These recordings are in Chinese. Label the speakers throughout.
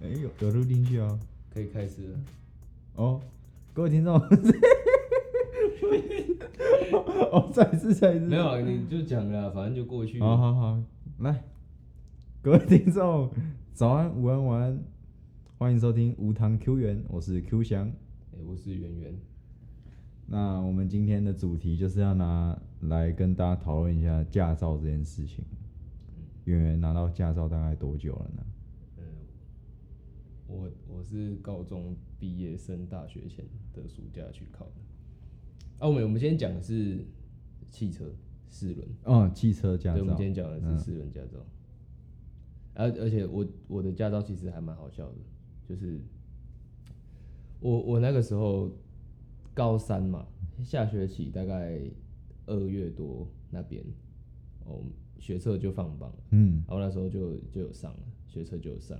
Speaker 1: 诶哎有有录进去啊。
Speaker 2: 可以开始了。
Speaker 1: 哦，各位听众， 哦，再一次，再一次，
Speaker 2: 没有啊，你就讲了，反正就过去。
Speaker 1: 好好好，来，各位听众，早安、午安、晚安，欢迎收听无糖 Q 园，我是 Q 翔。
Speaker 2: 诶我是圆圆。
Speaker 1: 那我们今天的主题就是要拿来跟大家讨论一下驾照这件事情。圆圆拿到驾照大概多久了呢？
Speaker 2: 嗯，我我是高中毕业升大学前的暑假去考的。啊，我们我们今天讲的是汽车四轮，
Speaker 1: 哦，汽车驾
Speaker 2: 对，我们
Speaker 1: 照
Speaker 2: 今。天讲的
Speaker 1: 嗯
Speaker 2: 是四轮驾照。而、而且我我的驾照其实还蛮好笑的，就是我我那个时候高三嘛，下学期大概二月多那边，哦，学测就放榜了。
Speaker 1: 嗯，
Speaker 2: 然后那时候就就有上了，学车就有上，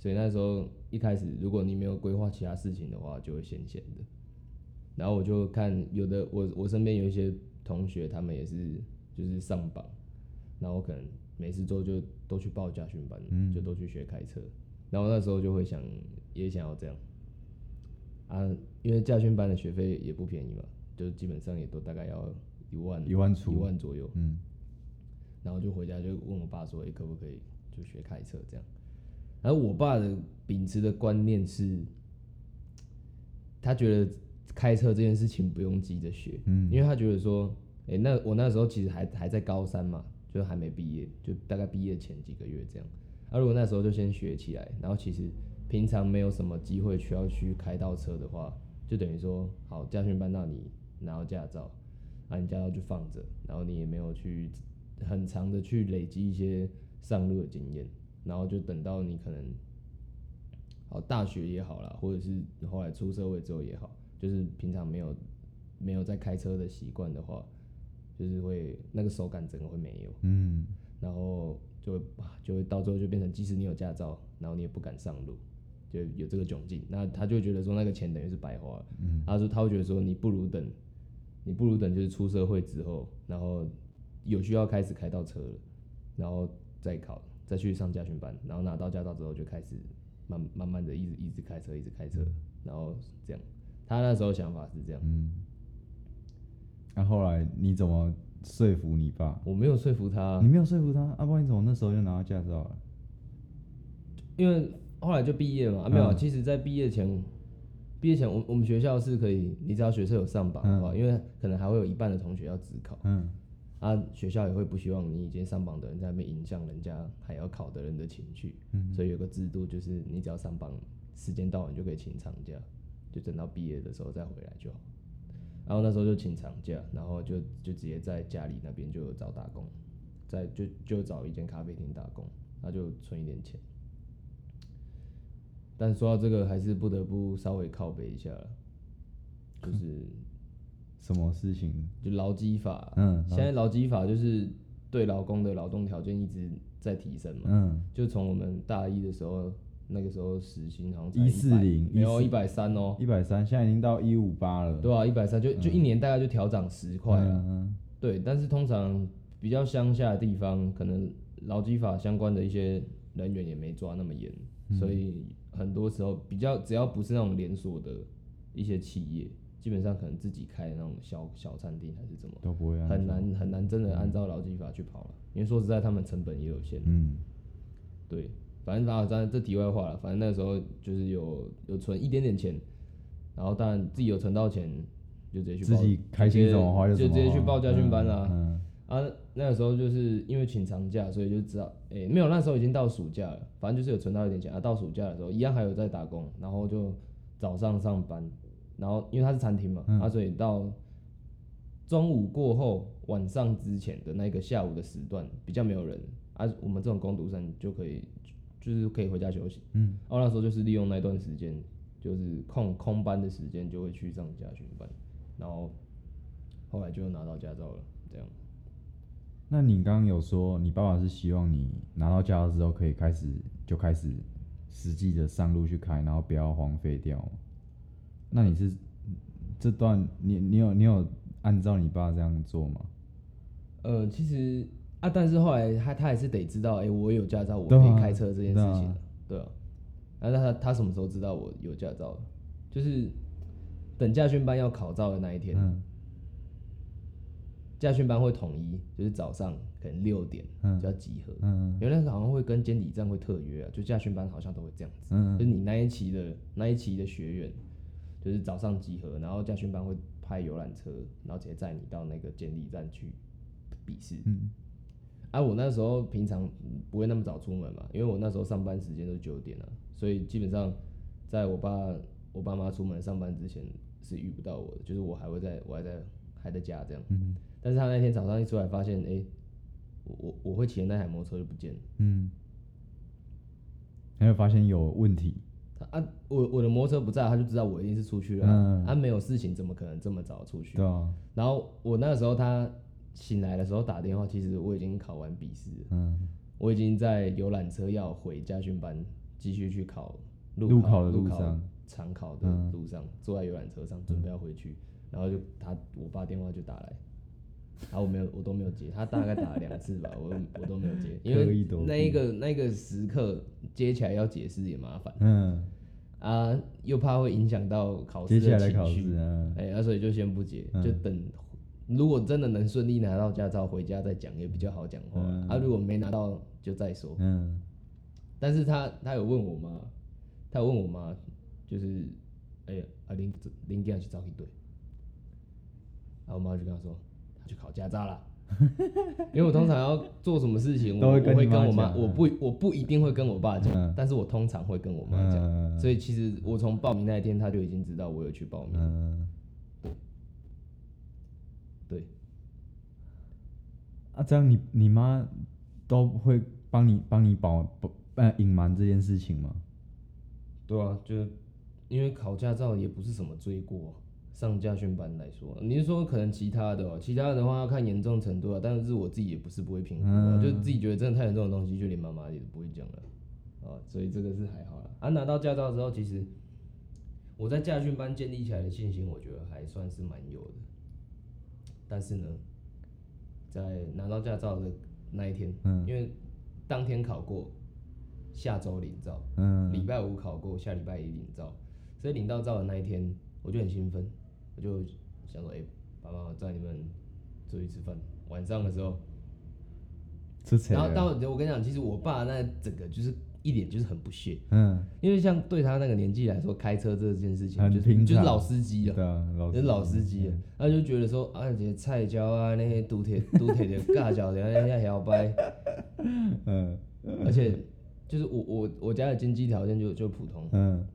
Speaker 2: 所以那时候一开始如果你没有规划其他事情的话，就会闲闲的。然后我就看有的我我身边有一些同学，他们也是就是上榜，然后可能没事做就都去报家训班，就
Speaker 1: 嗯
Speaker 2: 都去学开车。然后那时候就会想也想要这样啊，因为家训班的学费也不便宜嘛，就基本上也都大概要一万
Speaker 1: 一万出
Speaker 2: 一万左右。
Speaker 1: 嗯，
Speaker 2: 然后就回家就问我爸说：“哎、可不可以就学开车这样？”然后我爸的秉持的观念是，他觉得开车这件事情不用急着学，
Speaker 1: 嗯，
Speaker 2: 因为他觉得说，哎、那我那时候其实还还在高三嘛，就还没毕业，就大概毕业前几个月这样。那、如果那时候就先学起来，然后其实平常没有什么机会需要去开到车的话，就等于说，好，驾训班那你拿到驾照，啊，你驾照就放着，然后你也没有去很长的去累积一些上路的经验，然后就等到你可能，好大学也好啦，或者是后来出社会之后也好，就是平常没有没有在开车的习惯的话，就是会那个手感整个会没有，
Speaker 1: 嗯，
Speaker 2: 然后就会啊就会到最后就变成，即使你有驾照，然后你也不敢上路，就有这个窘境。那他就会觉得说那个钱等于是白花了，嗯，他说他会觉得说你不如等，你不如等就是出社会之后，然后有需要开始开到车了，然后再考，再去上驾训班，然后拿到驾照之后就开始慢慢慢的一直一直开车，一直开车，然后这样。他那时候想法是这样，
Speaker 1: 那、嗯啊后来你怎么说服你爸？
Speaker 2: 我没有说服他，
Speaker 1: 你没有说服他，阿、啊、不然你怎么那时候就拿到驾照了？
Speaker 2: 因为后来就毕业嘛，啊、没有啊、
Speaker 1: 嗯
Speaker 2: 其实，在毕业前，毕业前我我们学校是可以，你只要学测有上榜的话，因为可能还会有一半的同学要自考，
Speaker 1: 嗯，
Speaker 2: 啊，学校也会不希望你已经上榜的人在那边影响人家还要考的人的情绪，所以有个制度就是你只要上榜，时间到了你就可以请长假，就等到毕业的时候再回来就好。然后那时候就请长假，然后就就直接在家里那边就找打工，在就就找一间咖啡厅打工，然后就存一点钱。但说到这个，还是不得不稍微靠背一下了，就是
Speaker 1: 什么事情？
Speaker 2: 就劳基法，
Speaker 1: 嗯
Speaker 2: 现在劳基法就是对劳工的劳动条件一直在提升嘛，
Speaker 1: 嗯，
Speaker 2: 就从我们大一的时候，那个时候时薪好像才
Speaker 1: 140
Speaker 2: 100没有一百三哦，
Speaker 1: 一百三，现在已经到一五八了。
Speaker 2: 对啊，一百三就就一年大概就调涨十块啊，
Speaker 1: 嗯
Speaker 2: 对，但是通常比较乡下的地方，可能劳基法相关的一些人员也没抓那么严，所以很多时候比较只要不是那种连锁的一些企业，基本上可能自己开的那种小小餐厅还是怎么。
Speaker 1: 嗯都不会啊。
Speaker 2: 很难很难真的按照劳基法去跑了，因为说实在，他们成本也有限。
Speaker 1: 嗯，
Speaker 2: 对，反正啊，当然这题外话了，反正那时候就是有有存一点点钱，然后当然自己有存到钱，就直接去
Speaker 1: 自
Speaker 2: 报
Speaker 1: 己开心怎么花
Speaker 2: 就
Speaker 1: 怎
Speaker 2: 直
Speaker 1: 么
Speaker 2: 接去
Speaker 1: 花
Speaker 2: 报家训班啦、
Speaker 1: 嗯，
Speaker 2: 啊，那个时候就是因为请长假，所以就知道，哎、没有，那时候已经到暑假了，反正就是有存到一点钱啊。到暑假的时候，一样还有在打工，然后就早上上班，然后因为它是餐厅嘛，啊，所以到中午过后，晚上之前的那个下午的时段比较没有人啊，我们这种工读生就可以，就是可以回家休息。嗯，哦，那时候就是利用那段时间，就是空空班的时间，就会去上家训班，然后后来就拿到驾照了，这样。
Speaker 1: 那你刚刚有说你爸爸是希望你拿到驾照之后可以开始就开始实际的上路去开，然后不要荒废掉吗。那你是这段你你有你有按照你爸这样做吗？
Speaker 2: 呃，其实啊，但是后来他他还是得知道，哎、我有驾照，我
Speaker 1: 对
Speaker 2: 可
Speaker 1: 啊
Speaker 2: 以开车这件事情
Speaker 1: 对啊
Speaker 2: 啊，对啊然后他他什么时候知道我有驾照的？就是等驾训班要考照的那一天，
Speaker 1: 嗯
Speaker 2: 驾训班会统一，就是早上可能六点
Speaker 1: 嗯
Speaker 2: 就要集合，
Speaker 1: 嗯
Speaker 2: 因为那个好像会跟监理站会特约啊，就驾训班好像都会这样子，
Speaker 1: 嗯
Speaker 2: 就是你那一期的那一期的学员，就是早上集合，然后驾训班会派游览车，然后直接载你到那个监理站去笔试。
Speaker 1: 嗯
Speaker 2: 啊，我那时候平常不会那么早出门嘛，因为我那时候上班时间都是九点了、所以基本上在我爸我爸妈出门上班之前是遇不到我的，就是我还会在我还在还在家这样。
Speaker 1: 嗯
Speaker 2: 但是他那天早上一出来，发现哎、诶我我我会骑的那台摩托车就不见了。
Speaker 1: 嗯，还有发现有问题，
Speaker 2: 他啊，我我的摩托车不在，他就知道我一定是出去了啊、
Speaker 1: 嗯
Speaker 2: 啊，没有事情怎么可能这么早出去？
Speaker 1: 对啊，
Speaker 2: 然后我那时候他醒来的时候打电话，其实我已经考完笔试了，
Speaker 1: 嗯，
Speaker 2: 我已经在游览车要回家训班，继续去考
Speaker 1: 路考
Speaker 2: 考
Speaker 1: 的
Speaker 2: 路
Speaker 1: 路上，
Speaker 2: 常考的
Speaker 1: 嗯
Speaker 2: 路上，坐在游览车上准备要回去，然后就他我爸电话就打来，然后我没有我都没有接，他大概打了两次吧，我我都没有 接，因
Speaker 1: 刻
Speaker 2: 为
Speaker 1: 意躲避
Speaker 2: 那一个那个时刻接起来要解释也麻烦
Speaker 1: 嗯，
Speaker 2: 啊，又怕会影响到考
Speaker 1: 接
Speaker 2: 试
Speaker 1: 下来的
Speaker 2: 情
Speaker 1: 考
Speaker 2: 绪，
Speaker 1: 试，嗯，
Speaker 2: 哎、啊所以就先不结，
Speaker 1: 嗯
Speaker 2: 就等。如果真的能顺利拿到驾照，回家再讲也比较好讲话、
Speaker 1: 嗯
Speaker 2: 啊。如果没拿到就再说。
Speaker 1: 嗯，
Speaker 2: 但是他他有问我妈，他有问我妈，就是，哎、啊林林家去找一对，啊我妈就跟他说，他去考驾照啦。 因为我通常要做什么事情，
Speaker 1: 都
Speaker 2: 我
Speaker 1: 会
Speaker 2: 我
Speaker 1: 跟
Speaker 2: 会
Speaker 1: 你
Speaker 2: 跟
Speaker 1: 妈
Speaker 2: 我妈，
Speaker 1: 讲啊
Speaker 2: 我不我不一定会跟我爸讲，
Speaker 1: 嗯
Speaker 2: 但是我通常会跟我妈讲。
Speaker 1: 嗯，
Speaker 2: 所以其实我从报名那一天，他就已经知道我有去报名。
Speaker 1: 嗯，
Speaker 2: 对，
Speaker 1: 啊，这样你你妈都会帮你帮你保保呃隐瞒这件事情吗？
Speaker 2: 对啊，就是因为考驾照也不是什么罪过，上驾训班来说，你是说可能其他的、哦，其他的话要看严重程度啊，但是我自己也不是不会评估、啊，
Speaker 1: 嗯
Speaker 2: 就自己觉得真的太严重的东西，就连妈妈也不会讲了，啊，所以这个是还好啦。啊，拿到驾照之后，其实我在驾训班建立起来的信心，我觉得还算是蛮有的，但是呢，在拿到驾照的那一天，
Speaker 1: 嗯
Speaker 2: 因为当天考过，下周领照。
Speaker 1: 嗯，
Speaker 2: 礼拜五考过，下礼拜一领照，所以领到照的那一天，我就很兴奋，我就想说，哎、爸妈，我载你们出去吃饭。晚上的时候，
Speaker 1: 这才
Speaker 2: 然后到我跟你讲，其实我爸那整个就是一脸就是很不屑，
Speaker 1: 嗯，
Speaker 2: 因为像对他那个年纪来说，开车这件事情
Speaker 1: 很
Speaker 2: 就是
Speaker 1: 平
Speaker 2: 就是
Speaker 1: 常
Speaker 2: 老司机了。
Speaker 1: 对啊，老
Speaker 2: 就是
Speaker 1: 师
Speaker 2: 老司机了，他就觉得说啊，这些菜椒啊，那些独铁 独铁的尬脚的，那些摇摆，
Speaker 1: 嗯
Speaker 2: 而且就是我我我家的经济条件就就普通，
Speaker 1: 嗯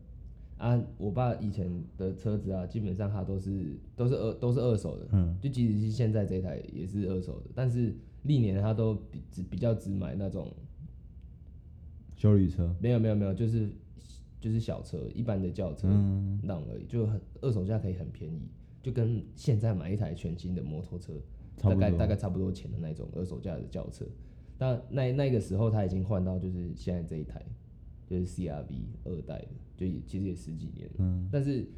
Speaker 2: 啊，我爸以前的车子啊，基本上他都是都是二都是二手的，
Speaker 1: 嗯
Speaker 2: 就即使是现在这一台也是二手的，但是历年他都比只比较只买那种
Speaker 1: 修理车，
Speaker 2: 没有没有没有，就是就是小车一般的轿车、
Speaker 1: 嗯
Speaker 2: 那种而已，就很二手价可以很便宜，就跟现在买一台全新的摩托车
Speaker 1: 差
Speaker 2: 大
Speaker 1: 不
Speaker 2: 概
Speaker 1: 多，
Speaker 2: 大概差不多钱的那种二手价的轿车。那那那个时候他已经换到就是现在这一台，就是 CRV 二代的，就也其实也十几年了。
Speaker 1: 嗯
Speaker 2: 但是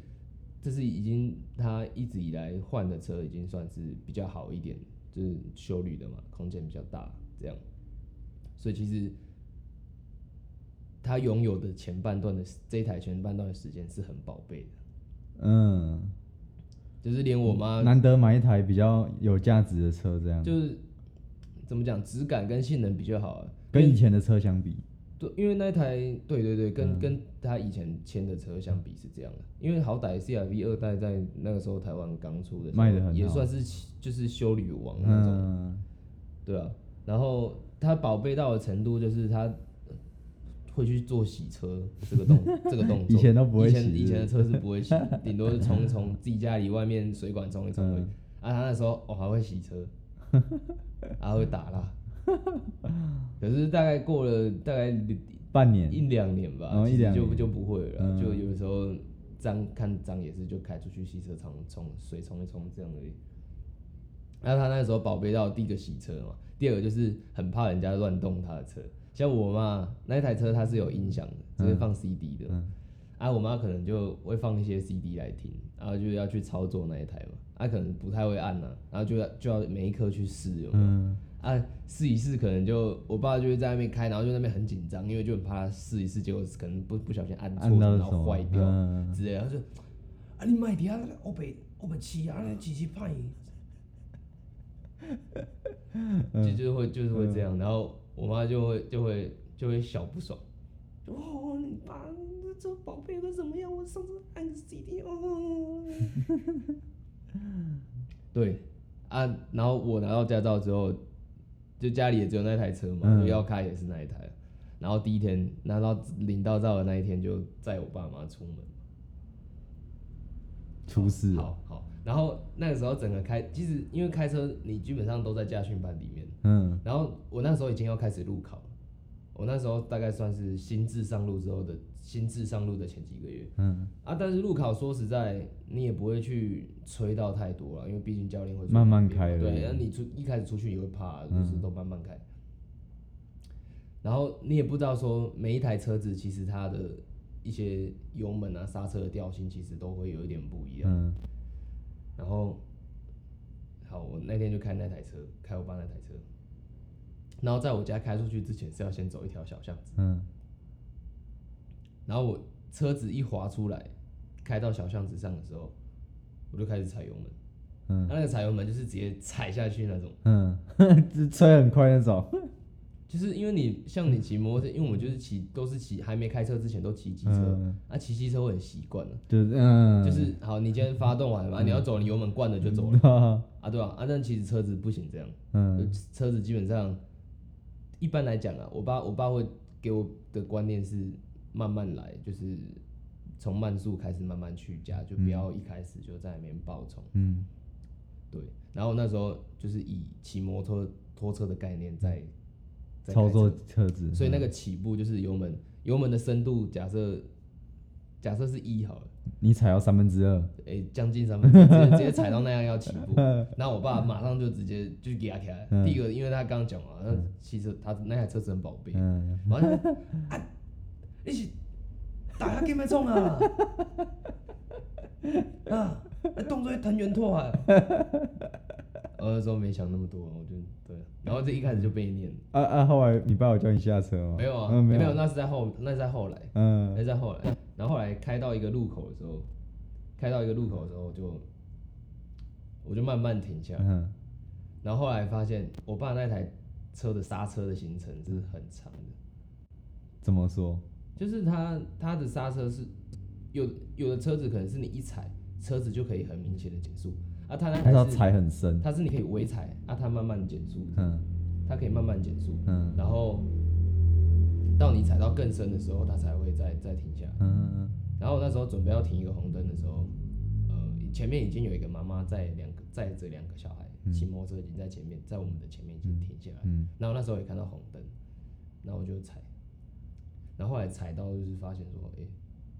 Speaker 2: 这是已经他一直以来换的车，已经算是比较好一点，就是修旅的嘛，空间比较大，这样。所以其实他拥有的前半段的时这一台前半段的时间是很宝贝的，
Speaker 1: 嗯，
Speaker 2: 就是连我妈
Speaker 1: 难得买一台比较有价值的车，这样
Speaker 2: 就是怎么讲，质感跟性能比较好、啊。
Speaker 1: 跟以前的车相比，
Speaker 2: 对，因为那一台，对对对，
Speaker 1: 嗯
Speaker 2: 跟、跟他以前签的车相比是这样的，因为好歹 CRV 二代在那个时候台湾刚出的时候，
Speaker 1: 卖得很好
Speaker 2: 也算是就是修旅王那种，
Speaker 1: 嗯
Speaker 2: 对啊。然后他宝贝到的程度就是他会去做洗车这个动 这个动作，
Speaker 1: 以前都不会
Speaker 2: 以
Speaker 1: 洗是不
Speaker 2: 前
Speaker 1: 是
Speaker 2: 以前的车是不会洗，顶多是冲一冲，自己家里外面水管冲一冲而
Speaker 1: 嗯
Speaker 2: 已。啊，他那时候我、哦、还会洗车， 还会打蜡，可是大概过了大概
Speaker 1: 半年，
Speaker 2: 一两年吧，
Speaker 1: 哦
Speaker 2: 其实
Speaker 1: 一两
Speaker 2: 就
Speaker 1: 年
Speaker 2: 就不会了啦，
Speaker 1: 嗯
Speaker 2: 就有的时候脏看脏也是就开出去洗车场冲水冲一冲这样而已。那他那时候宝贝到第一个洗车嘛，第二个就是很怕人家乱动他的车，像我妈那一台车它是有音响的，就是放 CD 的，
Speaker 1: 嗯
Speaker 2: 啊，我妈可能就会放一些 CD 来听，然后就要去操作那一台嘛，他、可能不太会按呐、啊然后就要就要每一颗去试有没有
Speaker 1: 嗯，
Speaker 2: 啊，试一试可能就我爸就会在那边开，然后就在那边很紧张，因为就很怕他试一试，结果可能不不小心按错
Speaker 1: 按到
Speaker 2: 然
Speaker 1: 什
Speaker 2: 后
Speaker 1: 么
Speaker 2: 坏掉
Speaker 1: 嗯
Speaker 2: 之类的，他就
Speaker 3: 啊，你卖伫啊那个欧北欧北市啊，那几级派？嗯
Speaker 2: 就就是会就是会这样，然后我妈就会就会就会小不爽，
Speaker 3: 哦，你爸这这宝贝都怎么样？我上次按个 CD 哦。
Speaker 2: 对啊，然后我拿到驾照之后，就家里也只有那台车嘛，
Speaker 1: 嗯
Speaker 2: 就要开也是那一台，然后第一天拿到领到照的那一天就载我爸妈出门。
Speaker 1: 出事了，
Speaker 2: 好好，然后那个时候整个开，其实因为开车你基本上都在驾训班里面，
Speaker 1: 嗯，
Speaker 2: 然后我那时候已经要开始路考了，我那时候大概算是新制上路之后的新制上路的前几个月，
Speaker 1: 嗯，
Speaker 2: 啊，但是路考说实在你也不会去吹到太多了，因为毕竟教练会说
Speaker 1: 慢慢开而已
Speaker 2: 对，那你出一开始出去也会怕，就是都慢慢开。
Speaker 1: 嗯
Speaker 2: 然后你也不知道说每一台车子其实它的一些油门啊、刹车的调性其实都会有一点不一样。
Speaker 1: 嗯，
Speaker 2: 然后，好，我那天就开那台车，开我爸那台车。然后在我家开出去之前是要先走一条小巷子，
Speaker 1: 嗯，
Speaker 2: 然后我车子一滑出来，开到小巷子上的时候，我就开始踩油门。
Speaker 1: 嗯，
Speaker 2: 那那个踩油门就是直接踩下去那种，
Speaker 1: 嗯，这吹很快那种，
Speaker 2: 就是因为你像你骑摩托车，因为我们就是骑都是骑，还没开车之前都骑机车，
Speaker 1: 嗯，
Speaker 2: 啊，骑机车会很习惯了，
Speaker 1: 就是嗯，
Speaker 2: 就是好，你今天发动完了嘛，你要走，你油门惯了就走了
Speaker 1: 了，
Speaker 2: 啊，对啊，啊，但其实车子不行这样。
Speaker 1: 嗯，
Speaker 2: 车子基本上，一般来讲啊，我爸我爸会给我的观念是慢慢来，就是从慢速开始慢慢去加，就不要一开始就在里面爆冲。
Speaker 1: 嗯，
Speaker 2: 对，然后那时候就是以骑摩托拖车的概念在在
Speaker 1: 操
Speaker 2: 开
Speaker 1: 作嗯
Speaker 2: 车
Speaker 1: 车子，
Speaker 2: 所以那个起步就是油门油门的深度假设假设是一好了。
Speaker 1: 你踩到三分之二，
Speaker 2: 诶，哎将近三分之一， 直接直接踩到那样要起步，然后我爸马上就直接就给他起来。
Speaker 1: 嗯
Speaker 2: 第一个，因为他刚刚讲嘛，那汽车他那台车子很宝贝，
Speaker 1: 嗯，
Speaker 2: 然后他啊
Speaker 3: 你是打下给麦冲啊？ 啊，那动作会藤原拓海。
Speaker 2: 啊我那时候没想那么多，我就对，然后这一开始就被念，
Speaker 1: 啊啊，后来你爸有叫你下车吗？
Speaker 2: 没有啊，
Speaker 1: 嗯，
Speaker 2: 没
Speaker 1: 没
Speaker 2: 有，，那是在后，那是在后来，那
Speaker 1: 嗯，
Speaker 2: 是在后来，然后后来开到一个路口的时候，开到一个路口的时候就，我就慢慢停下来，
Speaker 1: 嗯，
Speaker 2: 然后后来发现我爸那台车的刹车的行程是很长的。
Speaker 1: 怎么说？
Speaker 2: 就是它它的刹车是有有的车子可能是你一踩车子就可以很明显的减速，啊，它那
Speaker 1: 他要
Speaker 2: 台是
Speaker 1: 踩很深，
Speaker 2: 它是你可以微踩，啊，它慢慢减速，
Speaker 1: 嗯
Speaker 2: 它可以慢慢减速，
Speaker 1: 嗯
Speaker 2: 然后到你踩到更深的时候，它才会再再停下来。
Speaker 1: 嗯
Speaker 2: 然后我那时候准备要停一个红灯的时候，呃，前面已经有一个妈妈载两个载着两个小孩骑摩托车已经在前面，在我们的前面已经停下来。
Speaker 1: 嗯
Speaker 2: 然后那时候也看到红灯，然后我就踩，然后后来踩到就是发现说，哎、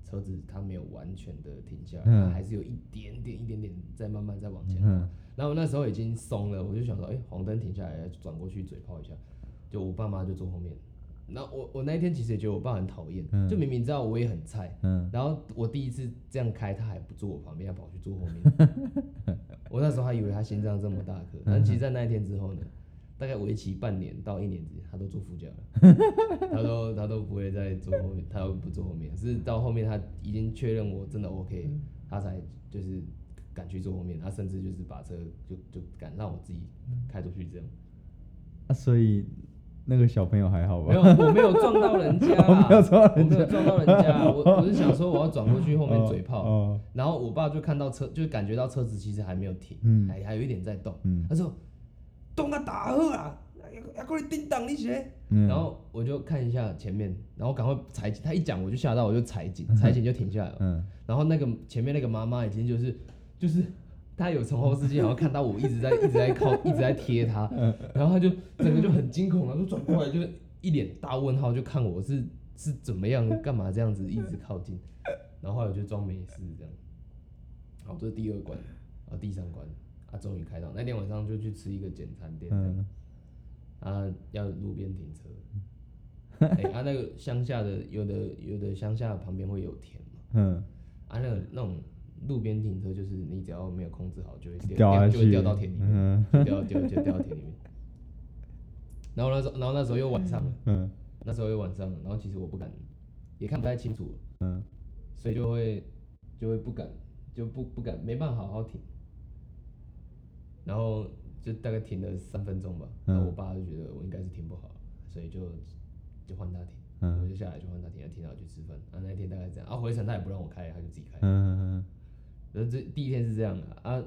Speaker 2: 车子它没有完全的停下来，
Speaker 1: 嗯
Speaker 2: 它还是有一点点、一点点在慢慢在往前。
Speaker 1: 嗯，
Speaker 2: 然后我那时候已经松了，我就想说，哎、红灯停下来，转过去嘴炮一下。就我爸妈就坐后面，然后我我那一天其实也觉得我爸很讨厌，
Speaker 1: 嗯
Speaker 2: 就明明知道我也很菜，
Speaker 1: 嗯
Speaker 2: 然后我第一次这样开，他还不坐我旁边，他跑去坐后面。 我那时候还以为他心脏这么大
Speaker 1: 嗯
Speaker 2: 颗，但其实，在那一天之后呢，大概为期半年到一年之间，他都坐副驾了， 他都他都不会再坐后面，他都不坐后面，是到后面他已经确认我真的 OK，他
Speaker 1: 嗯
Speaker 2: 才就是敢去坐后面，他甚至就是把车就就敢让我自己开出去这样。
Speaker 1: 啊，所以那个小朋友还好吧？
Speaker 2: 没有，我没有撞到人 家
Speaker 1: 嗯
Speaker 2: 啦，
Speaker 1: 没有撞到人
Speaker 2: 我没有撞到人家，啊我我是想说我要转过去后面嘴炮，
Speaker 1: 哦，
Speaker 2: 然后我爸就看到车，就感觉到车子其实还没有停，
Speaker 1: 嗯
Speaker 2: 还还有一点在动。
Speaker 1: 嗯
Speaker 2: 他说，
Speaker 3: 动啊打好啊，还还过来叮当你些。
Speaker 1: 嗯，
Speaker 2: 然后我就看一下前面，然后赶快踩紧。他一讲我就吓到，我就踩 紧，踩紧就停下来了。
Speaker 1: 嗯
Speaker 2: 然后那个前面那个妈妈已经就是就是，她有从后视镜，然后看到我一直在一直在靠一直在贴她，然后她就整个就很惊恐，然后就转过来就一脸大问号，就看我是是怎么样，干嘛这样子一直靠近。然后后来我就装没事这样。好，这是第二关，然后第三关啊，终于开到那天晚上就去吃一个简餐店，
Speaker 1: 嗯
Speaker 2: 啊，要路边停车。哎、啊，那个乡下的有的有的乡下旁边会有田嘛，
Speaker 1: 嗯
Speaker 2: 啊，那个那种路边停车就是你只要没有控制好，就会掉
Speaker 1: 掉下
Speaker 2: 就会
Speaker 1: 去
Speaker 2: 掉到田里面，
Speaker 1: 嗯
Speaker 2: 就掉掉就掉到田里面。然后那时候，然后那时候又晚上了，
Speaker 1: 嗯
Speaker 2: 那时候又晚上了，然后其实我不敢，也看不太清楚，
Speaker 1: 嗯，
Speaker 2: 所以就会就会不敢，就不不敢，没办法好好停。然后就大概停了三分钟吧，然
Speaker 1: 嗯
Speaker 2: 后我爸就觉得我应该是停不好，所以就就换他停，
Speaker 1: 嗯
Speaker 2: 我就下来就换他停，他停好去吃饭。啊，那一天大概这样，啊回程他也不让我开，他就自己开。
Speaker 1: 嗯，
Speaker 2: 然呃后这第一天是这样的啊，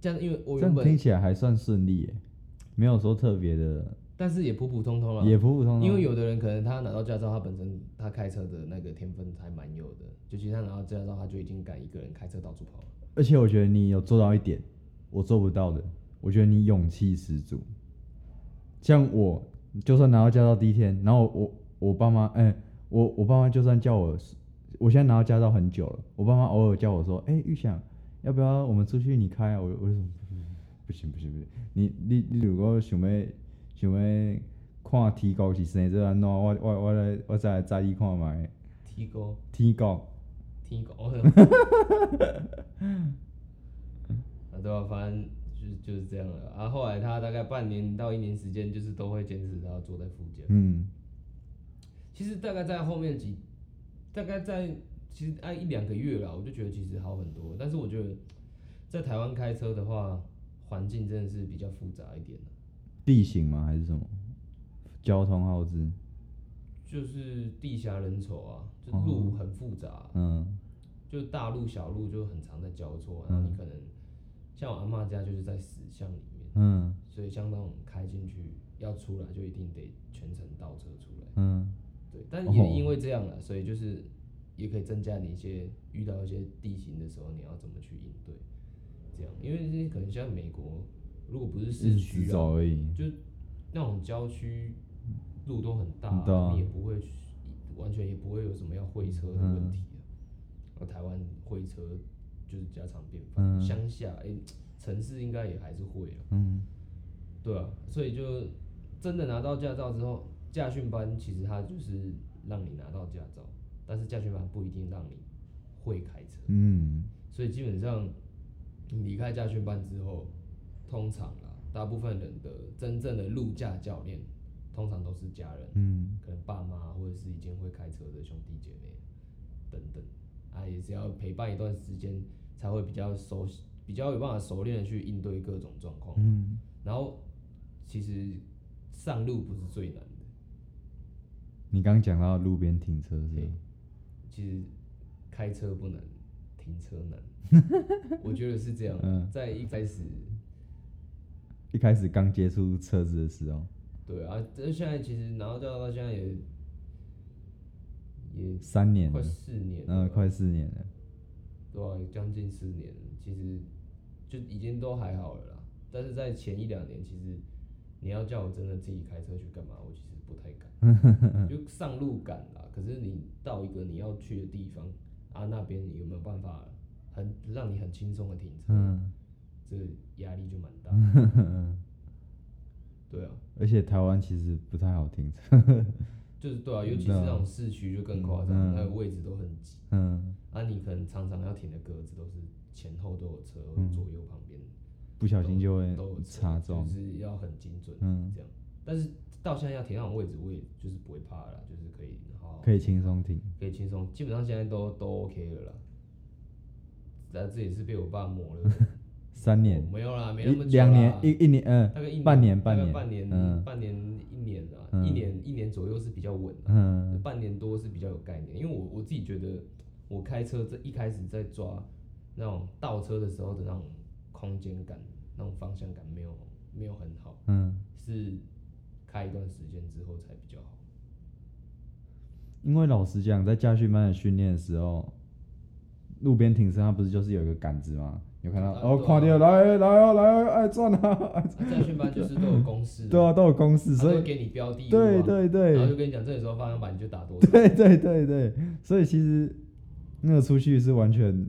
Speaker 2: 这样因为我
Speaker 1: 这
Speaker 2: 原
Speaker 1: 样听
Speaker 2: 本
Speaker 1: 起来还算顺利耶，没有说特别的，
Speaker 2: 但是也普普通通了，
Speaker 1: 也普普通通。啊
Speaker 2: 因为有的人可能他拿到驾照，他本身他开车的那个天分还蛮有的，就其实他拿到驾照，他就已经敢一个人开车到处跑了。
Speaker 1: 而且我觉得你有做到一点，我做不到的，我觉得你勇气十足。像我，就算拿到驾照第一天，然后我我爸妈，哎、我我爸妈就算叫我，我现在拿到驾照很久了，我爸妈偶尔叫我说，哎、玉想，要不要我们出去你开啊？我我就说不行不行不行，你你你如果想要想要看天高是生这安怎，我我我来我再来再意看卖
Speaker 2: 踢高，
Speaker 1: 天高，
Speaker 2: 踢高。 啊，对啊，反正就是就是这样了。啊，后来他大概半年到一年时间，就是都会坚持他要坐在副驾。
Speaker 1: 嗯
Speaker 2: 其实大概在后面几，大概在其实按一两个月啦，我就觉得其实好很多。但是我觉得在台湾开车的话，环境真的是比较复杂一点的，啊
Speaker 1: 地形吗还是什么？交通耗资，
Speaker 2: 就是地狭人稠啊，就
Speaker 1: 哦
Speaker 2: 路很复杂、
Speaker 1: 嗯。
Speaker 2: 就大路小路就很常在交错，然后你可能像我阿嬷家就是在死巷里面，
Speaker 1: 嗯
Speaker 2: 所以像那种开进去要出来就一定得全程倒车出来。
Speaker 1: 嗯
Speaker 2: 对，但
Speaker 1: 哦
Speaker 2: 也因为这样了，所以就是也可以增加你一些遇到一些地形的时候，你要怎么去应对，这样，因为这些可能像美国，如果不是市
Speaker 1: 直
Speaker 2: 区啊，
Speaker 1: 走而已。
Speaker 2: 就是那种郊区路都很大
Speaker 1: 很大
Speaker 2: 啊，
Speaker 1: 啊
Speaker 2: 你也不会去完全也不会有什么要会车的
Speaker 1: 嗯
Speaker 2: 问题啊。而台湾会车就是家常便饭，
Speaker 1: 嗯
Speaker 2: 乡、下哎、城市应该也还是会啊，
Speaker 1: 嗯
Speaker 2: 对啊，所以就真的拿到驾照之后，驾训班其实它就是让你拿到驾照，但是驾训班不一定让你会开车，
Speaker 1: 嗯
Speaker 2: 所以基本上你离开驾训班之后，通常啦，大部分人的真正的路驾教练，通常都是家人，
Speaker 1: 嗯，
Speaker 2: 可能爸妈啊或者是已经会开车的兄弟姐妹等等，啊，也是要陪伴一段时间才会比较熟悉，比较有办法熟练的去应对各种状况。
Speaker 1: 嗯，
Speaker 2: 然后其实上路不是最难的，
Speaker 1: 你刚讲到路边停车是吧？
Speaker 2: 其实开车不难，停车难。 我觉得是这样，
Speaker 1: 嗯
Speaker 2: 在一开始，
Speaker 1: 一开始刚接触车子的时候，
Speaker 2: 对啊，这现在其实然后到到现在也也
Speaker 1: 三年
Speaker 2: 快
Speaker 1: 了，
Speaker 2: 四年了
Speaker 1: 嗯，
Speaker 2: 吧，
Speaker 1: 快四年了。
Speaker 2: 对啊，将近四年了，其实就已经都还好了啦。但是在前一两年，其实你要叫我真的自己开车去干嘛，我其实不太 敢，就上路敢啦。可是你到一个你要去的地方啊，那边有没有办法很让你很轻松的停车？
Speaker 1: 嗯，
Speaker 2: 这压力就蛮大的。 对啊，
Speaker 1: 而且台湾其实不太好停车。
Speaker 2: 就是对啊，尤其是那种市区就更夸张，
Speaker 1: 嗯
Speaker 2: 那个位置都很挤。
Speaker 1: 嗯，
Speaker 2: 啊，你可能常常要停的格子都是前后都有车，
Speaker 1: 嗯
Speaker 2: 左右旁边
Speaker 1: 不小心就
Speaker 2: 都有
Speaker 1: 会
Speaker 2: 车
Speaker 1: 擦撞
Speaker 2: 就。是要很精准
Speaker 1: 嗯，
Speaker 2: 这样。但是到现在要停那种位置，我也就是不会怕了啦，就是可以好好
Speaker 1: 可以轻松停。
Speaker 2: 可以轻松，基本上现在都都 OK 了啦。但这也是被我爸磨了
Speaker 1: 三年，
Speaker 2: 没有啦，没
Speaker 1: 一
Speaker 2: 那么久
Speaker 1: 两年
Speaker 2: 啦，
Speaker 1: 一一年，嗯
Speaker 2: 大概一年
Speaker 1: 半年
Speaker 2: 大概
Speaker 1: 半年
Speaker 2: 半年、
Speaker 1: 嗯
Speaker 2: 半年一年啊，
Speaker 1: 嗯
Speaker 2: 一年一年左右是比较稳的、
Speaker 1: 嗯
Speaker 2: 半年多是比较有概念。因为我我自己觉得，我开车这一开始在抓那种倒车的时候的那种空间感、那种方向感没有没有很好，
Speaker 1: 嗯，
Speaker 2: 是开一段时间之后才比较好。
Speaker 1: 因为老实讲，在驾训班的训练的时候，路边停车它不是就是有一个杆子吗？有看到
Speaker 2: 啊
Speaker 1: 哦，
Speaker 2: 对啊
Speaker 1: 看到来来哦来哦，哎转啊！ 哎，
Speaker 2: 啊驾训班就是都有公式
Speaker 1: 对啊，都有公式，
Speaker 2: 他
Speaker 1: 所
Speaker 2: 都会
Speaker 1: 以
Speaker 2: 给你标的、啊，
Speaker 1: 对对
Speaker 2: 然后就
Speaker 1: 对
Speaker 2: 跟你讲这里时候方向盘你就打多少，
Speaker 1: 对对对
Speaker 2: 哎
Speaker 1: 对，所以其实那个出去是完全，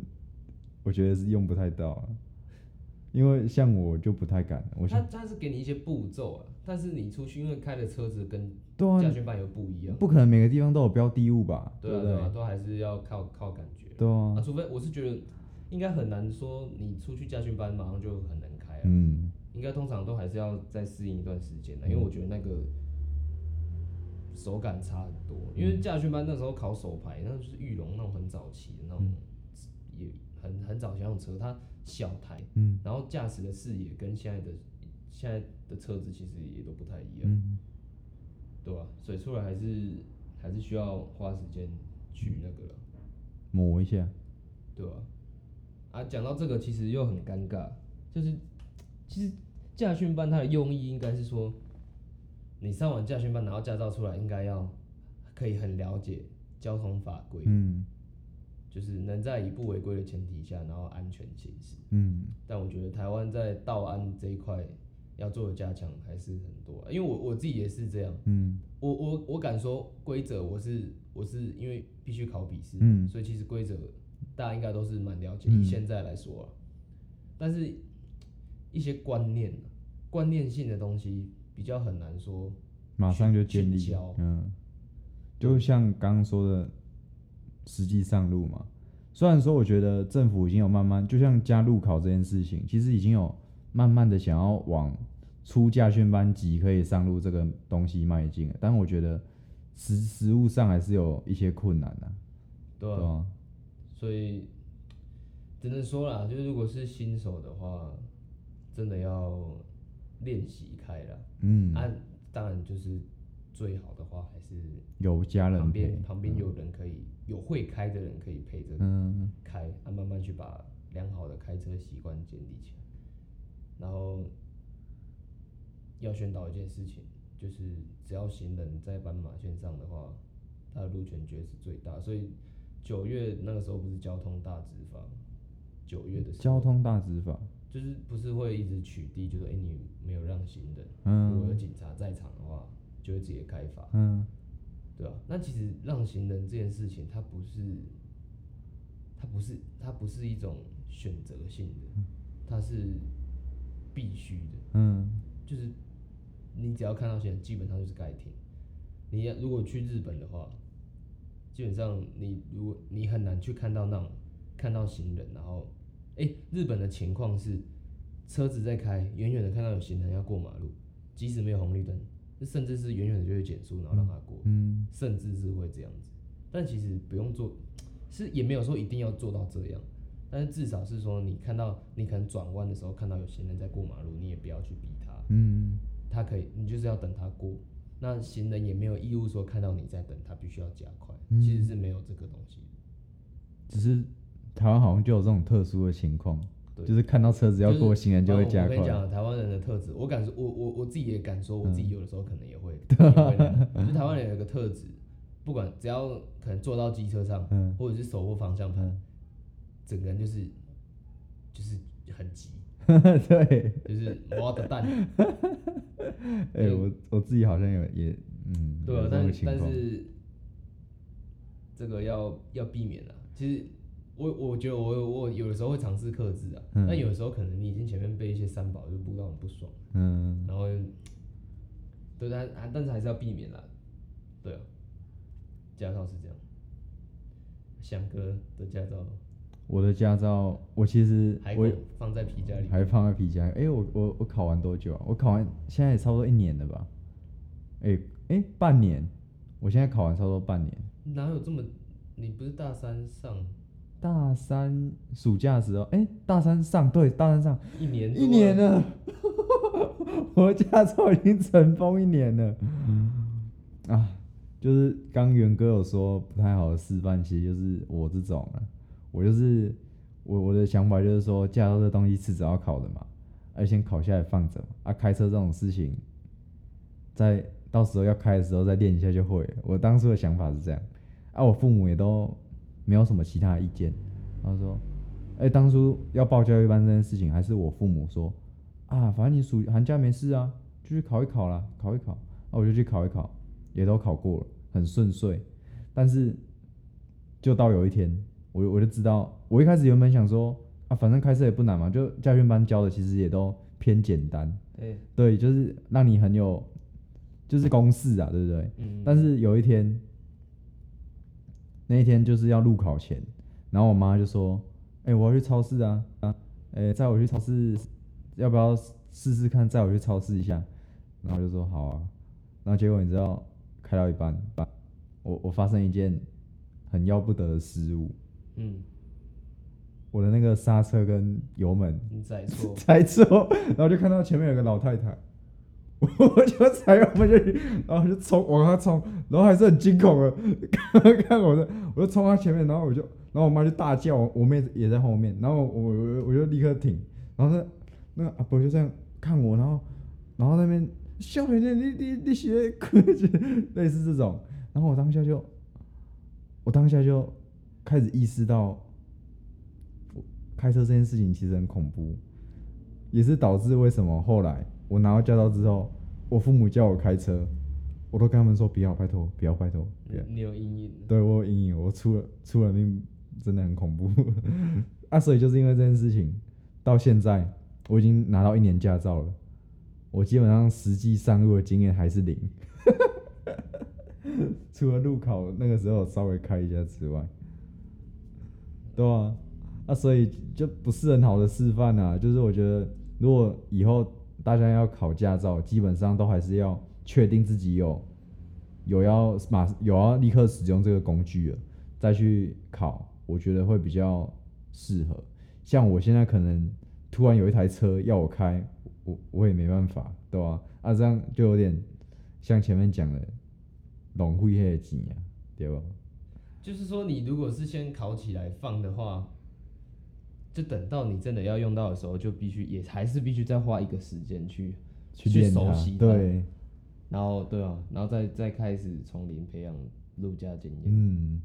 Speaker 1: 我觉得是用不太到啊，因为像我就不太敢，我
Speaker 2: 他
Speaker 1: 想
Speaker 2: 他是给你一些步骤啊，但是你出去因为开的车子跟
Speaker 1: 对
Speaker 2: 驾
Speaker 1: 啊，
Speaker 2: 训班又不一样，
Speaker 1: 不可能每个地方都有标的物吧，
Speaker 2: 对啊
Speaker 1: 不
Speaker 2: 对
Speaker 1: 对
Speaker 2: 啊，？都还是要靠靠感觉。
Speaker 1: 对啊
Speaker 2: 啊，，除非我是觉得应该很难说你出去家训班马上就很能开啊了，
Speaker 1: 嗯，
Speaker 2: 应该通常都还是要再适应一段时间的，因为我觉得那个手感差很多。
Speaker 1: 嗯
Speaker 2: 因为驾训班那时候考手牌，那就是玉龙那种很早期的那
Speaker 1: 嗯
Speaker 2: 种，也很很早期那种车，它小台，
Speaker 1: 嗯，
Speaker 2: 然后驾驶的视野跟现在的现在的车子其实也都不太一样，
Speaker 1: 嗯，
Speaker 2: 对吧、所以出来还是还是需要花时间去那个了。
Speaker 1: 磨一下，
Speaker 2: 对吧、啊？讲到这个，其实又很尴尬，就是其实驾训班它的用意应该是说，你上完驾训班，然后驾照出来，应该要可以很了解交通法规，
Speaker 1: 嗯
Speaker 2: 就是能在以不违规的前提下，然后安全行驶。
Speaker 1: 嗯
Speaker 2: 但我觉得台湾在道安这一块要做的加强还是很多，啊因为我我自己也是这样，
Speaker 1: 嗯
Speaker 2: 我我我敢说规则，我是我是因为必须考笔试，
Speaker 1: 嗯
Speaker 2: 所以其实规则大家应该都是蛮了解。
Speaker 1: 嗯
Speaker 2: 以现在来说、啊，但是一些观念、啊观念性的东西比较很难说。
Speaker 1: 马上就建
Speaker 2: 去
Speaker 1: 立
Speaker 2: 教，
Speaker 1: 嗯，就像刚刚说的，实际上路嘛。虽然说我觉得政府已经有慢慢，就像加路考这件事情，其实已经有慢慢的想要往出驾训班级可以上路这个东西迈进了，但我觉得实实物上还是有一些困难的、啊，
Speaker 2: 对
Speaker 1: 对
Speaker 2: 吧、
Speaker 1: 吧、
Speaker 2: 所以只能说啦，就是如果是新手的话，真的要练习开了。
Speaker 1: 嗯，
Speaker 2: 啊，当然就是最好的话还是
Speaker 1: 有家人
Speaker 2: 旁
Speaker 1: 陪
Speaker 2: 边，旁边有人可以有会开的人可以陪着
Speaker 1: 嗯，
Speaker 2: 开，啊，慢慢去把良好的开车习惯建立起来。然后要宣导一件事情，就是只要行人在斑马线上的话，他的路权绝对是最大。所以九月那个时候不是交通大执法，九月的时候
Speaker 1: 交通大执法，
Speaker 2: 就是不是会一直取缔，就是哎、诶你没有让行人，如果有
Speaker 1: 嗯
Speaker 2: 警察在场的话，就会直接开罚。
Speaker 1: 嗯
Speaker 2: 对啊，那其实让行人这件事情，它不是，它不是，它不是一种选择性的，它是必须的。
Speaker 1: 嗯
Speaker 2: 就是你只要看到行人，基本上就是该停。你要如果去日本的话，基本上你如果你很难去看到那种看到行人，然后，哎、日本的情况是车子在开，远远的看到有行人要过马路，即使没有红绿灯，甚至是远远的就会减速，然后让他过。
Speaker 1: 嗯
Speaker 2: 甚至是会这样子。但其实不用做，是也没有说一定要做到这样，但是至少是说你看到你可能转弯的时候看到有行人在过马路，你也不要去逼他，
Speaker 1: 嗯
Speaker 2: 他可以，你就是要等他过。那行人也没有义务说看到你在等他必须要加快，
Speaker 1: 嗯
Speaker 2: 其实是没有这个东西的。
Speaker 1: 只是台湾好像就有这种特殊的情况，
Speaker 2: 对
Speaker 1: 就是看到车子要
Speaker 2: 就是啊
Speaker 1: 过，行人就会加
Speaker 2: 我跟你
Speaker 1: 快。
Speaker 2: 讲，台湾人的特质，我敢说，我我我自己也敢说，我 自己有的时候可能也会，也会那样就台湾人有一个特质，不管只要可能坐到机车上，
Speaker 1: 嗯
Speaker 2: 或者是手握方向盘，
Speaker 1: 嗯，
Speaker 2: 整个人就是就是很急，
Speaker 1: 对，
Speaker 2: 就是我的蛋，
Speaker 1: 哎、我我自己好像有也嗯，
Speaker 2: 对
Speaker 1: 有
Speaker 2: 啊，
Speaker 1: 这种
Speaker 2: 但是
Speaker 1: 情
Speaker 2: 但
Speaker 1: 况，
Speaker 2: 是这个要要避免啊。其实我我觉得我我有的时候会尝试克制啊，
Speaker 1: 嗯
Speaker 2: 但有的时候可能你已经前面被一些三宝就不到很不爽，
Speaker 1: 嗯，
Speaker 2: 然后对，但啊但是还是要避免啦，对啊，驾照是这样。翔哥的驾照
Speaker 1: 我的驾照我其实
Speaker 2: 还
Speaker 1: 我
Speaker 2: 放在皮夹里，
Speaker 1: 还放在皮夹，哎、我我我考完多久啊？我考完现在也差不多一年了吧？哎、哎、半年，我现在考完差不多半年。
Speaker 2: 哪有这么？你不是大三 上
Speaker 1: 大三暑假的时候，哎、大三上对，大三上
Speaker 2: 一年多啊
Speaker 1: 一年了， 我驾照已经尘封一年了。
Speaker 2: 嗯
Speaker 1: 啊，就是刚元哥有说不太好的示范，其实就是我这种了。我就是我我的想法就是说，驾照这东西迟早要考的嘛，而先考下来放着嘛。啊，开车这种事情，在到时候要开的时候再练一下就会了。我当初的想法是这样，啊，我父母也都没有什么其他意见，他说，哎、当初要报教育班这件事情，还是我父母说，啊，反正你暑寒假没事啊，就去考一考啦，考一考。啊，我就去考一考，也都考过了，很顺遂。但是，就到有一天，我我就知道，我一开始原本想说，啊，反正开车也不难嘛，就驾训班教的其实也都偏简单，
Speaker 2: 对，
Speaker 1: 对，就是让你很有，就是公式啊，对不对？
Speaker 2: 嗯，
Speaker 1: 但是有一天，那一天就是要路考前，然后我妈就说：“哎、我要去超市啊啊，哎、载我去超市，要不要试试看？载我去超市一下。然后我就说好啊。然后结果你知道，开到一半，我我发生一件很要不得的失误，
Speaker 2: 嗯，
Speaker 1: 我的那个刹车跟油门，
Speaker 2: 你再 错
Speaker 1: 踩错，然后就看到前面有个老太太，我就踩油门就，然后就冲往她冲，然后还是很惊恐的， 看看我的，我就冲她前面，然后我就，然后我妈就大叫，我我妹也在后面，然后我我我就立刻停，然后那那个阿伯就这样看我，然后然后那边笑脸你你你学类似这种，然后我当下就，我当下就开始意识到。我开车这件事情其实很恐怖，也是导致为什么后来我拿到驾照之后，我父母叫我开车，我都跟他们说不要，拜托，不要，拜托，不
Speaker 2: 你
Speaker 1: 要。
Speaker 2: 你有阴影，
Speaker 1: 对我有阴影，我出了出了命，真的很恐怖。 啊，所以就是因为这件事情，到现在我已经拿到一年驾照了，我基本上实际上路的经验还是零， 除了路考那个时候稍微开一下之外，对啊，啊，所以就不是很好的示范啊。就是我觉得，如果以后大家要考驾照，基本上都还是要确定自己有有要马有要立刻使用这个工具了，再去考，我觉得会比较适合。像我现在可能突然有一台车要我开，我我也没办法，对吧、啊？这样就有点像前面讲的，浪费那个钱啊，对吧？
Speaker 2: 就是说你如果是先考起来放的话，就等到你真的要用到的时候，就必须也还是必须再花一个时间去，去
Speaker 1: 练
Speaker 2: 熟
Speaker 1: 它
Speaker 2: 悉，它
Speaker 1: 对，
Speaker 2: 然后对啊，然后再再开始从零培养路驾经验。
Speaker 1: 嗯，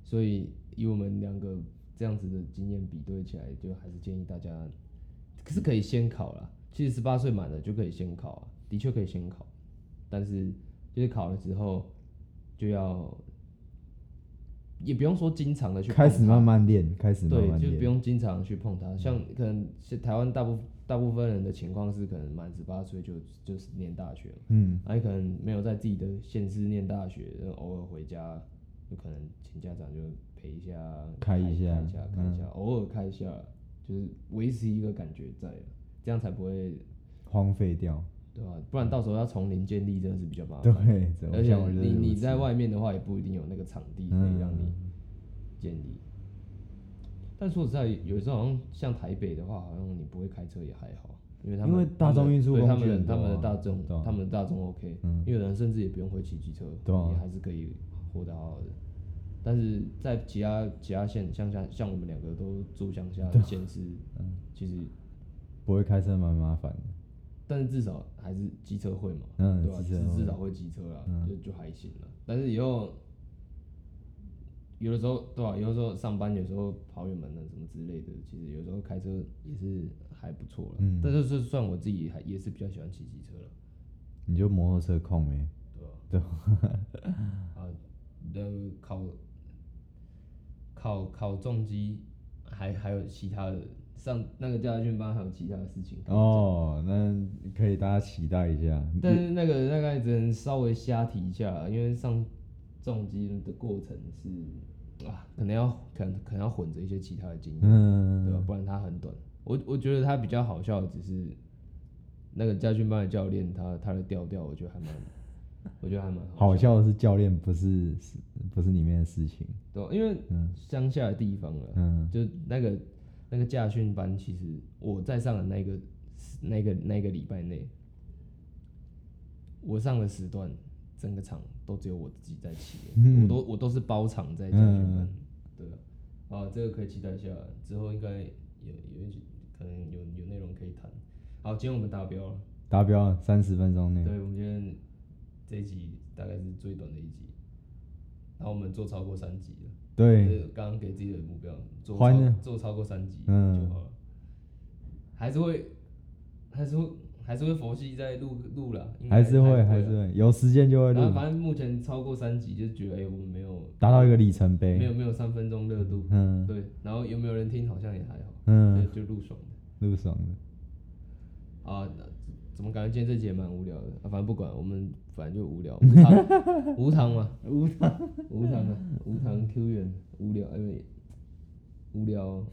Speaker 2: 所以以我们两个这样子的经验比对起来，就还是建议大家，可是可以先考啦。其实十八岁满了就可以先考啊，的确可以先考，但是就是考了之后就要，也不用说经常的去碰
Speaker 1: 开始
Speaker 2: 它
Speaker 1: 慢慢练，开始慢
Speaker 2: 对，
Speaker 1: 慢
Speaker 2: 就不
Speaker 1: 练，
Speaker 2: 用经常去碰它。像可能是台湾大部大部分人的情况是，可能满十八岁就就是念大学了，
Speaker 1: 嗯，
Speaker 2: 那、你可能没有在自己的县市念大学，然后偶尔回家，有可能请家长就陪一下，
Speaker 1: 开一下嗯
Speaker 2: 开一下，开一下，偶尔开一下，就是维持一个感觉在，啊这样才不会
Speaker 1: 荒废掉，
Speaker 2: 对吧、不然到时候要从零建立真的是比较麻
Speaker 1: 对
Speaker 2: 烦。，
Speaker 1: 这
Speaker 2: 啊
Speaker 1: 嗯
Speaker 2: 而
Speaker 1: 我
Speaker 2: 且
Speaker 1: 像我觉得
Speaker 2: 你你
Speaker 1: 如此
Speaker 2: 在外面的话，也不一定有那个场地可以让你建立。但说实在，有时候好像像台北的话，好像你不会开车也还好，因为他们
Speaker 1: 因为大众运输
Speaker 2: 对
Speaker 1: 工
Speaker 2: 他
Speaker 1: 具
Speaker 2: 们的
Speaker 1: 很多
Speaker 2: 他们的
Speaker 1: 啊
Speaker 2: 大众
Speaker 1: 对啊
Speaker 2: 他们的大众 OK，、
Speaker 1: 嗯
Speaker 2: 因为有人甚至也不用会骑机车，
Speaker 1: 对啊
Speaker 2: 也还是可以活得好好的。但是在其他其他县，像像像我们两个都住乡下
Speaker 1: 啊
Speaker 2: 的县市，
Speaker 1: 嗯
Speaker 2: 其实
Speaker 1: 不会开车蛮麻烦的，
Speaker 2: 但是至少还是机车会嘛，
Speaker 1: 嗯
Speaker 2: 对吧、啊
Speaker 1: 机
Speaker 2: 至
Speaker 1: 车会
Speaker 2: 至少会机车啦，
Speaker 1: 嗯
Speaker 2: 就就还行了。但是以后有的时候对吧、有的时候上班，有时候跑远门啊什么之类的，其实有时候开车也是还不错了。
Speaker 1: 嗯
Speaker 2: 但是就算我自己还也是比较喜欢骑机车了，
Speaker 1: 你就摩托车控呗，
Speaker 2: 对吧、对啊，那考考考重机，还还有其他的上那个驾训班还有其他的事情可以讲
Speaker 1: 哦，那可以大家期待一下，
Speaker 2: 但是那个大概只能稍微瞎提一下啦，因为上重机的过程是啊，可能要可能可能要混着一些其他的经验，对吧、
Speaker 1: 嗯，
Speaker 2: 不然它很短。我我觉得它比较好笑，的只是那个家训班的教练他他的调调，我觉得还蛮，我觉得还蛮好，
Speaker 1: 好笑的是教练不是是不是里面的事情，
Speaker 2: 对吧、因为
Speaker 1: 嗯
Speaker 2: 乡下的地方啊，
Speaker 1: 嗯
Speaker 2: 就那个那个驾训班，其实我在上的那个那个那个礼拜内，我上的时段，整个场都只有我自己在骑，
Speaker 1: 嗯
Speaker 2: 我都我都是包场在驾训班，
Speaker 1: 嗯
Speaker 2: 对啊，啊，这个可以期待一下，之后应该有有一集可能有有内容可以谈。好，今天我们达标了，
Speaker 1: 达标三十分钟内，
Speaker 2: 对，我们今天这一集大概是最短的一集，然后我们做超过三集了。
Speaker 1: 对，
Speaker 2: 就是刚刚给自己的目标，做
Speaker 1: 欢
Speaker 2: 超
Speaker 1: 乐
Speaker 2: 做超过三集就
Speaker 1: 嗯
Speaker 2: 好了，还是会，还是会，还是会佛系在录录了，应该
Speaker 1: 还是会
Speaker 2: 还
Speaker 1: 还
Speaker 2: 是
Speaker 1: 是
Speaker 2: 会啊。啊
Speaker 1: 会有时间就会
Speaker 2: 然后
Speaker 1: 录，
Speaker 2: 反正目前超过三集就觉得，哎、我们没有
Speaker 1: 达到一个里程
Speaker 2: 没
Speaker 1: 碑，
Speaker 2: 有没有三分钟热度，
Speaker 1: 嗯
Speaker 2: 对。然后有没有人听好像也还好，
Speaker 1: 嗯，
Speaker 2: 就就录爽的。
Speaker 1: 录爽了，
Speaker 2: 啊，那怎么感觉今天这集也蛮无聊的？啊，反正不管，我们反正就无 聊，无糖无糖嘛，无糖无糖啊，无糖 Q 远无聊，因为。哎无聊，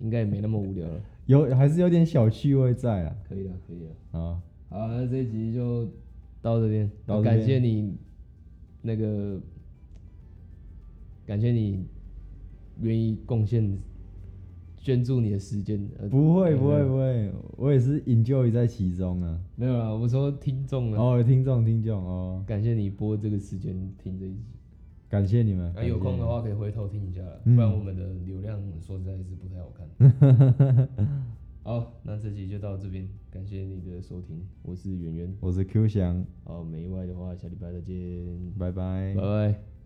Speaker 2: 应该也没那么无聊了。
Speaker 1: 有还是有点小趣味在啊。
Speaker 2: 可以了，可以了。
Speaker 1: 啊，
Speaker 2: 好，那这一集就到这边，
Speaker 1: 到这边
Speaker 2: 感谢你那个，感谢你愿意贡献捐助你的时间。呃
Speaker 1: 不会
Speaker 2: 呃
Speaker 1: 不会不会，我也是 enjoy 在其中啊。
Speaker 2: 没有啦，我说听众啊，
Speaker 1: 哦，听众听众哦，
Speaker 2: 感谢你播这个时间听这一集。
Speaker 1: 感谢你们。
Speaker 2: 啊，有空的
Speaker 1: 话，
Speaker 2: 话可以回头听一下啦，
Speaker 1: 嗯
Speaker 2: 不然我们的流量说实在是不太好看。 好，那这集就到这边，感谢你的收听，我是圆圆。
Speaker 1: 我是 Q 翔，
Speaker 2: 好，没意外的话，下礼拜再见，
Speaker 1: 拜拜
Speaker 2: 拜。拜。